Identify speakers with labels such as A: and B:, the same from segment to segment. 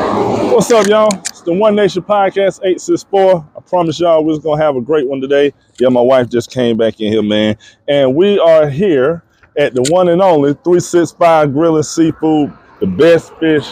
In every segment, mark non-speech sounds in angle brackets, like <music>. A: What's up, y'all? It's the One Nation Podcast 864. I promise y'all we're gonna have a great one today. Yeah, my wife just came back in here, man. And we are here at the one and only 365 Grill and Seafood, the best fish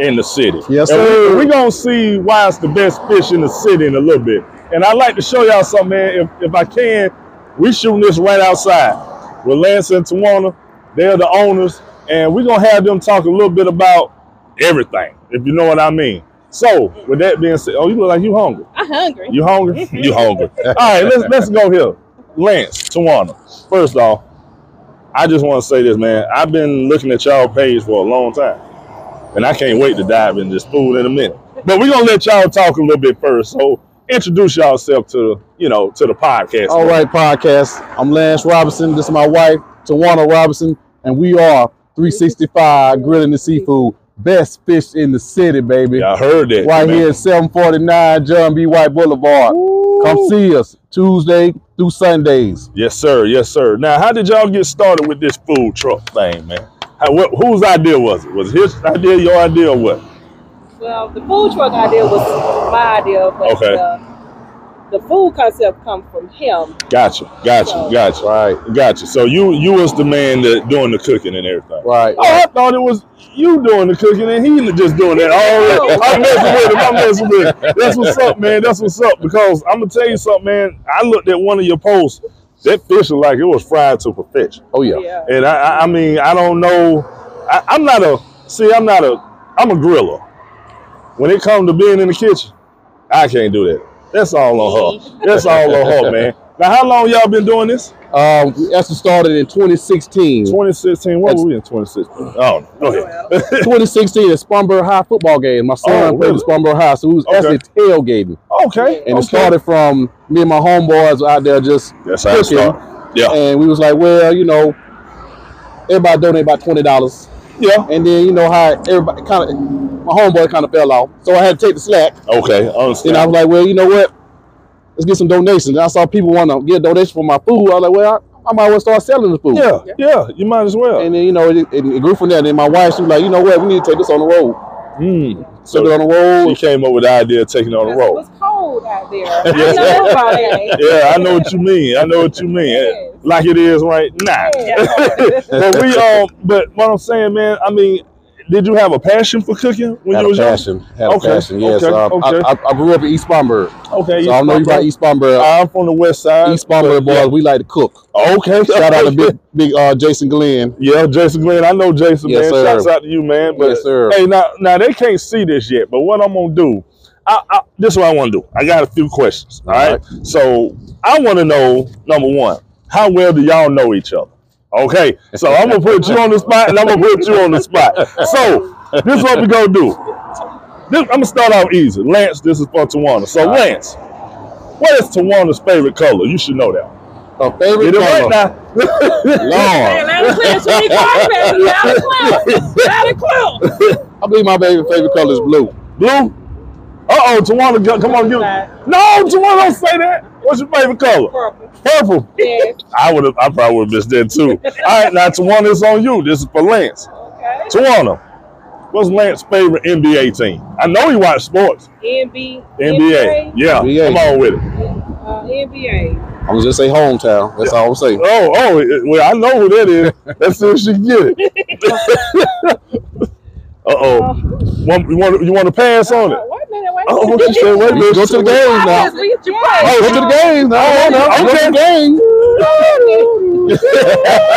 A: in the city.
B: Yes,
A: And
B: sir.
A: We're gonna see why it's the best fish in the city in a little bit. And I'd like to show y'all something, man. If, if I can, we shooting this right outside with Lance and Tawana. They're the owners, and we're gonna have them talk a little bit about everything, if you know what I mean. So, with that being said, oh, you look like you hungry.
C: I'm hungry.
A: You hungry? you hungry. All right, let's let's go here. Lance, Tawana. First off, I just want to say this, man. I've been looking at y'all page for a long time, and I can't wait to dive in this food in a minute. But we're gonna let y'all talk a little bit first. So introduce yourself to you know to the podcast.
B: All right, podcast. I'm Lance Robinson. This is my wife, Tawana Robinson, and we are 365 Grilling the Seafood. Best fish in the city, baby.
A: I heard that
B: Right
A: man.
B: here at 749 John B. White Boulevard. Come see us Tuesday through Sundays.
A: Yes, sir. Yes, sir. Now, how did y'all get started with this food truck thing, man? How, what, whose idea was it? Was it his idea your idea or what?
C: Well, the food truck idea was my idea, but
A: Okay.
C: the, the food concept come from him.
A: Gotcha, gotcha, gotcha.
B: Right,
A: Gotcha. So you you was the man that doing the cooking and everything.
B: right.
A: Oh, I thought it was you doing the cooking and he just doing that all right. I'm messing with him. I'm messing with him. That's what's up, man. That's what's up. Because I'm gonna tell you something, man. I looked at one of your posts. That fish looked like it was fried to perfection.
B: Oh, yeah.
A: <laughs> And I, I, I mean, I don't know. I, I'm not a see. I'm not a. I'm a griller. When it comes to being in the kitchen, I can't do that. That's all on <laughs> her. That's all on her, man. Now, how long y'all been doing this?
B: Um, we actually started in 2016.
A: 2016. What were we in 2016? Oh, go
C: Well,
A: <laughs> ahead.
B: 2016 at Spartanburg High football game. My son
A: Oh,
B: played
A: really?
B: at Spartanburg High, so we was
A: Okay.
B: actually tailgating.
A: okay. okay.
B: And it started from me and my homeboys out there just
A: That's how it
B: cooking.
A: started. Yeah.
B: and we was like, well, you know, everybody donate about twenty dollars,
A: Yeah.
B: and then you know how everybody kind of my homeboy kind of fell off, so I had to take the slack.
A: Okay. I
B: Then I
A: understand.
B: was like, well, you know what? Let's get some donations. And I saw people want to get donations for my food. I was like, well, I, I might as well start selling the food.
A: Yeah. Yeah. You might as well.
B: And then you know it, it, it grew from there. And then my wife, she was like, you know what? We need to take this on the road.
A: Mm.
B: Took it
A: So
B: on the
A: you
B: road.
A: came up with the idea of taking it on the
C: because
A: road.
C: It was cold out
A: <laughs>
C: there. I
A: Yes.
C: didn't know about that.
A: <laughs> yeah, I know <laughs> what you mean. I know what you mean.
C: Yes.
A: Like it is right now.
C: Yeah.
A: but we um, but what I'm saying, man, I mean, did you have a passion for cooking when
B: had
A: you
B: a
A: was
B: passion. Had
A: Okay,
B: a passion. Yes.
A: okay,
B: Um, I-
A: okay.
B: I, I, grew up in East Spartanburg,
A: young? Okay,
B: so I don't know you about East Spartanburg.
A: I'm from the west side.
B: East Spartanburg
A: but
B: boys,
A: yeah.
B: we like to cook. <laughs>
A: Okay, <laughs>
B: Shout out to big, big uh, Jason Glenn.
A: Yeah, Jason Glenn. I know Jason,
B: Yes,
A: man.
B: sir.
A: Shouts out to you, man. But
B: Yes, sir.
A: hey, now now they can't see this yet. But what I'm gonna do, I, I this is what I want to do. I got a few questions. all right? So I want to know number one, how well do y'all know each other? Okay, so I'm gonna put you on the spot, and I'm gonna put you on the spot. So this is what we gonna do. This, I'm gonna start off easy. Lance, this is for Tawana. So
B: All right.
A: Lance, what is Tawana's favorite color? You should know that.
B: Her favorite
A: Get it right
B: color.
A: now. <laughs>
C: Hey,
B: Lord.
C: let it clear. She ain't caught that. Let it clear. Let it clear.
B: I believe my baby favorite color is blue.
A: Blue. Uh oh, Tawana, go- come on, give it. No, Tawana, don't say that. What's your favorite color?
C: Purple.
A: Purple.
C: Yes.
A: I would have. I probably would have missed that too. All right, now Tawana, it's on you. This is for Lance.
C: Okay.
A: Tawana, what's Lance's favorite NBA team? I know he watched sports.
C: NB,
A: NBA. Yeah,
B: NBA.
A: come on with it.
C: Uh, NBA.
B: I'm gonna just say hometown. That's all I'm saying.
A: Oh, oh, it- well, I know who that is. Let's see if she can get it. <laughs> uh
C: Uh,
A: oh. Want, you want you want to pass on it?
C: uh, Wait a minute. Wait a
A: Oh,
C: minute.
A: she said, wait
C: <laughs>
A: a minute. Oh,
B: Go to the games now. Oh,
C: Obviously, it's your price.
B: Go to the
C: <laughs>
B: games. I don't know. Go to the games.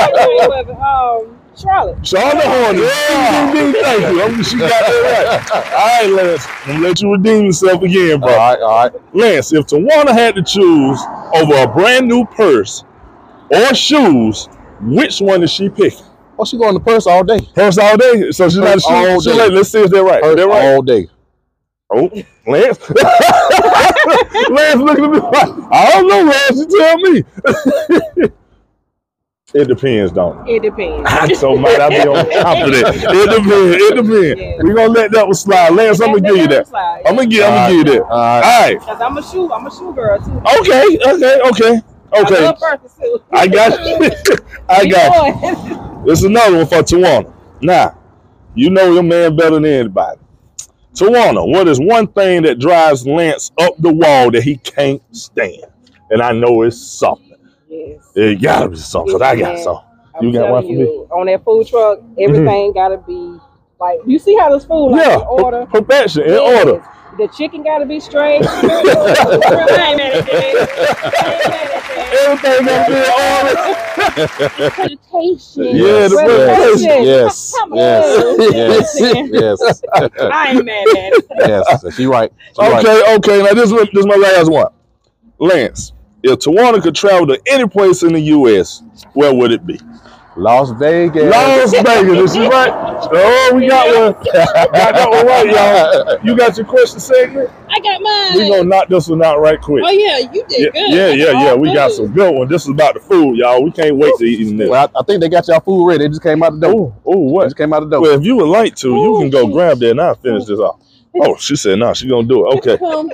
C: um, Charlotte.
A: Shonda Horner. Yeah. Thank you. I'm- She got that right. All right, Lance. I'm gonna let you redeem yourself again,
B: All
A: bro.
B: right, all right.
A: Lance, if Tawana had to choose over a brand new purse or shoes, which one is she picking?
B: Oh, she going to purse all day.
A: Purse all day. So she's not
B: Purse all
A: shoes. She
B: day.
A: like, let's see if they're right.
B: Purse
A: they're right.
B: all day.
A: Oh, Lance. <laughs> Lance looking at me like, I don't know, Lance. You tell me. <laughs> it depends, don't it?
C: It depends.
A: <laughs> I'm so might I be <laughs> on top of that. It depends. It depends. We're gonna let that one slide. Lance, I'm gonna give you that. I'm gonna give I'm gonna give you that.
B: All right.
A: Alright.
C: Cause I'm a shoe. I'm a shoe girl too.
A: Okay, okay, okay,
C: I
A: okay.
C: love Bertha too.
A: I got you. <laughs>
D: <laughs>
A: I got you. <laughs>
C: it.
A: This is another one for Tawana. Now, you know your man better than anybody. Tawana, what is one thing that drives Lance up the wall that he can't stand? And I know it's something.
D: Yes.
A: It gotta be something. 'cause I got something.
D: I'm
A: You got
D: telling
A: one for me? Mm-hmm.
D: you, On that food truck, everything gotta be like you see how this food like
A: Yeah,
D: in order.
A: perfection in
D: Yes.
A: order.
D: The chicken gotta
A: <laughs>
D: be straight. <laughs>
C: I ain't mad at that.
A: Everything gotta be in order.
D: Presentation.
A: Yeah, the
D: presentation.
B: Yes,
D: Come
B: yes,
D: on.
B: yes, <laughs> yes, yes,
C: I ain't mad at it.
B: yes. She right. She right.
A: Okay, okay. Now this one, this is my last one. Lance, if Tawana could travel to any place in the U.S., where would it be?
B: Las Vegas.
A: Las Vegas. This is right. Oh, we got one. Got that one right, y'all. You got your question segment.
D: I got mine.
A: We gonna knock this one out right quick.
D: oh yeah, you
A: Yeah,
D: did good.
A: yeah, yeah, yeah. We got some good one. This is about the food, y'all. We can't wait to eat this.
B: Well, I, I think they got y'all food ready. They just came out the door.
A: Oh, oh,
B: They
A: what?
B: just came out the door.
A: Well, if you would like to, you can go
D: Ooh.
A: grab that and I'll finish this off. Oh, she said no. she gonna do it. Okay,
D: Um,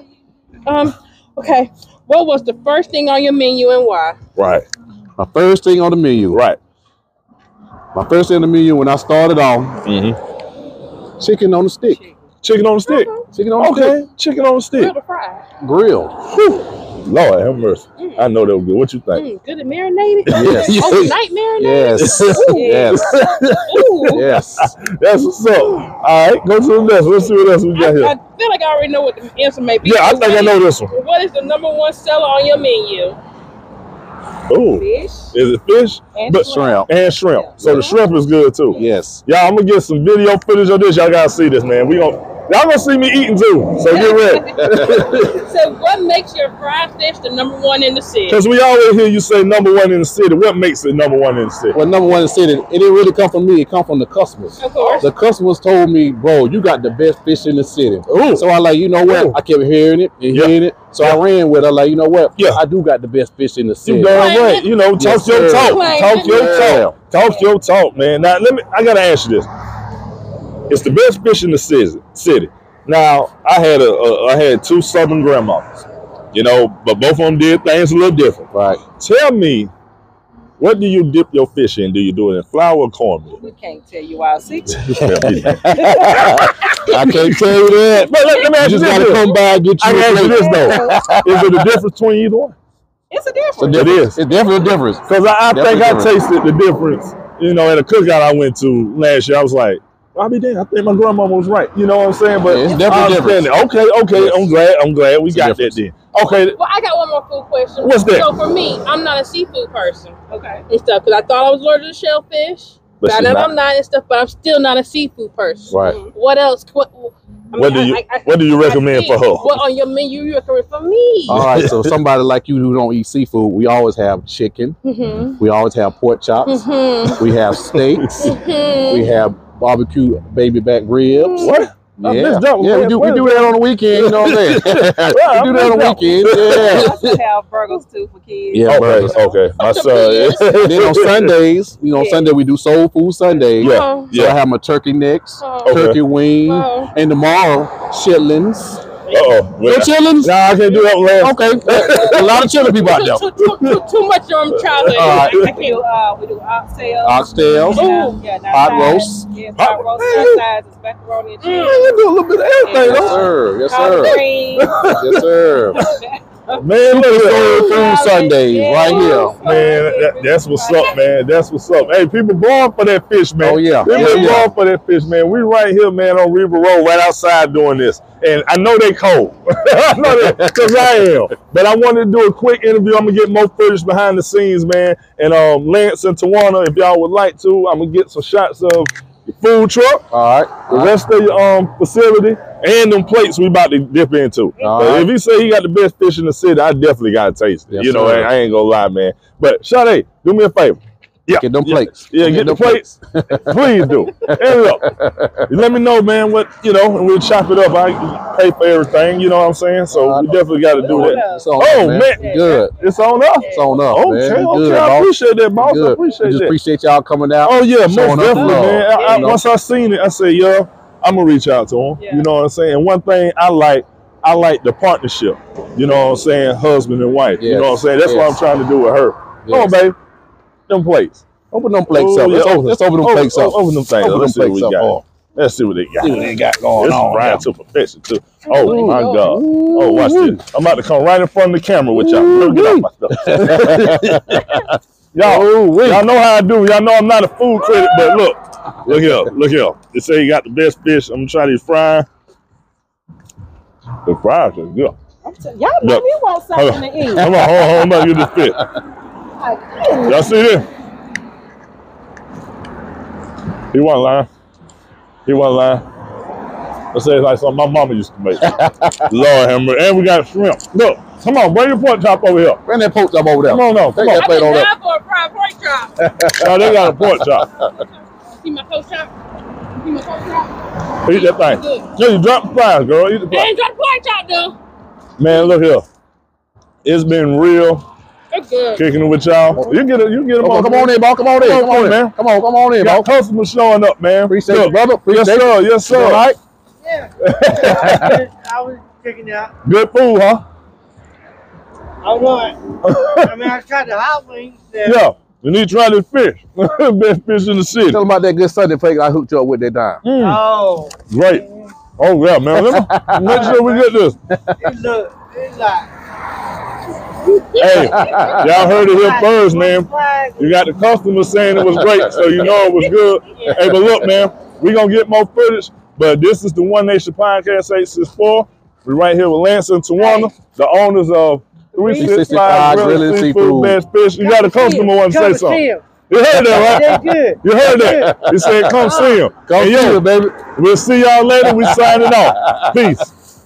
D: um, okay. What was the first thing on your menu and why?
A: right,
B: My first thing on the menu.
A: right.
B: My first thing on the menu when I started off,
A: hmm
B: chicken on the stick.
A: Chicken on the stick.
B: Chicken on the stick.
A: Okay, chicken on the stick.
D: Grilled or fried?
B: Grilled.
A: Lord have mercy. I know that was good. What you think?
D: Mm, good Oh, and marinated.
B: Yes.
D: Overnight marinated.
B: Yes. <laughs>
D: Ooh.
B: yes.
A: <laughs>
D: Ooh.
B: Yes.
A: That's what's up. All right, go to the next. Let's see what else we
D: I,
A: got
D: I
A: here.
D: feel like I already know what the answer may be.
A: Yeah, I
D: What
A: think I
D: is-
A: know this one.
D: What is the number one seller on your menu?
A: Ooh,
D: Fish.
A: is it fish
D: And
A: But-
B: Shrimp.
A: and shrimp? So the shrimp is good too.
B: Yes.
A: Y'all, I'm gonna get some video footage of this. Y'all gotta see this, man. We gonna y'all gonna see me eating too. So get ready,
D: So, what makes your fried fish the number one in the city?
A: cause we always hear you say number one in the city. What makes it number one in the city?
B: Well, number one, it said it, it didn't really come from me. It come from the customers.
D: Of course.
B: The customers told me, bro, you got the best fish in the city.
A: Ooh.
B: So I like, you know what?
A: Ooh.
B: I kept hearing it and
A: Yeah.
B: hearing it. So I ran with it. like, you know what?
A: Yeah.
B: I do got the best fish in the
A: You
B: city.
A: darn right. You know, talk
B: Yes,
A: your
B: sir.
A: talk.
D: Plain.
A: Talk your
B: Yeah.
A: talk. Talk your talk, man. Now let me I gotta ask you this. It's the best fish in the city city. Now I had a, a I had two southern grandmas, you know, but both of them did things a little different.
B: Right.
A: Tell me, what do you dip your fish in? Do you do it in flour or
B: <laughs>
A: cornmeal?
D: We can't tell you
A: <laughs>
D: our secret.
A: Tell me that.
B: I can't tell you that.
A: <laughs> but let, let me
B: You
A: ask you
B: just gotta
A: this.
B: come by and get
A: I
B: you. a
A: gotta ask you
B: plate.
A: this though. Is it a difference between either one?
D: It's a
B: It's a
D: difference.
B: difference.
A: is.
B: It's definitely
A: <laughs>
B: a difference.
A: Because I, I think I
B: Definitely
A: tasted the difference, you know, at a cookout I went to last year. I was like, I'll be damned. I think my grandma was right. You know what I'm saying? But
B: Yeah, it's
A: I
B: definitely
A: understand
B: different.
A: it. Okay, okay.
B: Yes.
A: I'm glad. I'm glad we
B: It's a
A: got that
B: difference.
A: then. Okay,
D: Well, I got one more food question.
A: What's that?
D: So for me, I'm not a seafood person
C: Okay.
D: and stuff because I thought I was allergic to shellfish.
A: But
D: I
A: she's
D: know
A: not.
D: I'm not and stuff, but I'm still not a seafood person.
B: Right.
D: What else? What, I
A: What do you- what do you recommend
D: think-
A: for her? <laughs>
D: What on your menu you recommend for me?
C: Uh,
B: All right. So somebody like you who don't eat seafood, we always have chicken.
D: mm-hmm.
B: We always have pork chops.
D: Mm-hmm.
B: We have steaks.
D: Mm-hmm.
B: we have barbecue baby back ribs.
A: what? I
B: Yeah,
A: missed that one.
B: yeah we, do, we do that on the weekend, you know what
A: <laughs>
B: I'm saying?
A: I
B: <laughs> we do that on the
A: missed
B: weekend,
C: <laughs> I
B: yeah.
C: also have burgers too for kids.
B: Yeah, burgers.
A: Okay, okay. My
D: <laughs>
A: son. <laughs>
B: And then on Sundays, you know,
D: Yeah.
B: Sunday we do Soul Food Sunday.
A: Yeah.
D: Oh,
B: So I
A: Yeah.
B: have my turkey necks,
D: Oh.
B: turkey wing,
D: Oh.
B: and tomorrow, chitlins.
A: Uh oh.
B: No chitlins?
A: Nah, I can't do that last.
B: Okay. <laughs> a lot of chitlin people out there.
D: too, too, too, too much on
A: <laughs>
D: childhood.
B: All right.
C: I do, uh, we do oxtails.
B: Oxtails.
C: Ooh.
D: Yeah, now
B: Hot
C: sides.
B: roast.
C: Yes,
A: Hot- Mm,
C: hot roast. Our sides is macaroni
D: Oh,
C: and
A: <laughs> Man,
C: cheese.
A: you do a little bit of everything.
B: Yes,
A: huh?
B: sir. Yes,
C: Collard
B: sir.
C: greens.
B: Yes, sir.
A: Man, look at
B: Soul Food Sundays right here.
A: Man, that, that's what's up, man. That's what's up. Hey, people born for that fish, <laughs> man.
B: Oh, yeah.
A: They been
B: Yeah.
A: born for that fish, man. We right here, man, on River Road, right outside doing this. And I know they cold. <laughs> I know that because I am. But I wanted to do a quick interview. I'm gonna get more footage behind the scenes, man. And um, Lance and Tawana, if y'all would like to, I'm gonna get some shots of the food truck,
B: All right.
A: the rest of your um facility, and them plates we about to dip into.
B: All
A: But
B: right.
A: if he say he got the best fish in the city, I definitely gotta taste it.
B: Yes,
A: you know,
B: sir.
A: I, I ain't gonna lie, man. But Sade, do me a favor. Yeah,
B: Get them
A: yeah,
B: plates.
A: Yeah, get, the
B: them
A: plates. Please do. And look, let me know, man. What you know, and we'll chop it up. I pay for everything. You know what I'm saying? So
B: I
A: we
B: know.
A: definitely got to do
B: Oh,
A: that.
B: man. It's on
A: Oh,
B: up,
A: man.
B: You Good.
A: It's on us.
B: It's on up. man.
A: Okay,
B: You
A: okay.
B: Good,
A: I
B: boss.
A: appreciate that, boss. I
B: Good.
A: appreciate
B: We just
A: that.
B: appreciate y'all coming out.
A: Oh yeah, most
B: showing up
A: definitely,
B: love,
A: man. I, I,
B: you know?
A: once I seen it, I said, "Yo, I'm gonna reach out to him."
C: Yeah.
A: You know what I'm saying? And one thing I like, I like the partnership. You know what I'm saying? Husband and wife. You know what I'm
B: Yes,
A: saying? That's what I'm
B: yes.
A: trying to do with her. Come on,
B: Yes.
A: babe. Them plates.
B: Open them plates
A: Oh,
B: up. Let's
A: yeah.
B: open, let's open them
A: Oh,
B: plates
A: oh,
B: up.
A: Open them things.
B: Open
A: Let's
B: them
A: see what
B: plates
A: we
B: up.
A: got.
B: Oh,
A: Let's see what they got.
B: See what they got going
A: This is
B: on.
A: fried to perfection too. Oh
D: Ooh.
A: my god. Oh, watch this. I'm about to come right in front of the camera with y'all. Let me get out my
B: <laughs>
A: stuff. y'all,
B: Oh,
A: y'all know how I do. Y'all know I'm not a food critic, but look, look here, look here. They say you got the best fish. I'm gonna try these fries. The fries are good.
C: I'm t- y'all know
A: Look.
C: we want
A: Hold
C: something
A: on,
C: to eat.
A: hold on, hold on, hold on, get this fish.
C: Like, mm.
A: Y'all see this? He wasn't lying. He wasn't lying. I say it's like something my mama used to
B: <laughs>
A: make. Lord have mercy. And we got shrimp. Look, come on, bring your pork chop over here.
B: Bring that pork chop over there.
A: Come on, now, come
B: Take
A: on.
B: that plate
D: been
B: on up.
D: down for a fried pork chop.
A: <laughs> Now they got a pork chop.
D: See my pork chop? See my pork chop?
A: Eat that thing. No, you drop the fries, girl. Eat the
D: They
A: fries.
D: ain't got a pork chop though.
A: Man, look here. It's been real
D: They're good.
A: kicking it with y'all. You get it, you get them
B: Come on,
A: on.
B: come on in, ball. Come on in.
A: Come on,
B: Come on in,
A: man.
B: Come on, come on in, ball.
A: Got customers showing up, man.
B: Appreciate
A: Look,
B: you, brother.
A: Yes,
B: Appreciate you.
A: sir. Yes, sir.
B: You all right?
E: Yeah. <laughs> I was- I was checking out.
A: Good food, huh?
E: I know it. I mean, I tried the hot wings. And
A: Yeah. You need to try this fish. <laughs> Best fish in the city.
B: Tell them about that good Sunday plate I hooked you up with that dime.
A: Mm,
E: Oh,
A: great. Oh yeah, man. Let me <laughs> make sure we get this.
E: it look, it's like.
A: Hey, y'all heard it here first, man.
E: Flag.
A: You got the customer saying it was great, so you know it was good. Hey, but look, man, we gonna get more footage. But this is the One Nation Podcast 864. We're right here with Lance and Tawana, the owners of 365 Grilling
B: 365 Grilling
A: Seafood
B: Seafood.
A: Best Fish. You got a customer want to say something. You heard that,
E: They
A: right? <laughs>
E: good.
A: You heard that. He said, come see him.
B: Go
A: And
B: see
A: yo,
B: it, baby.
A: We'll see y'all later. We signing off. Peace.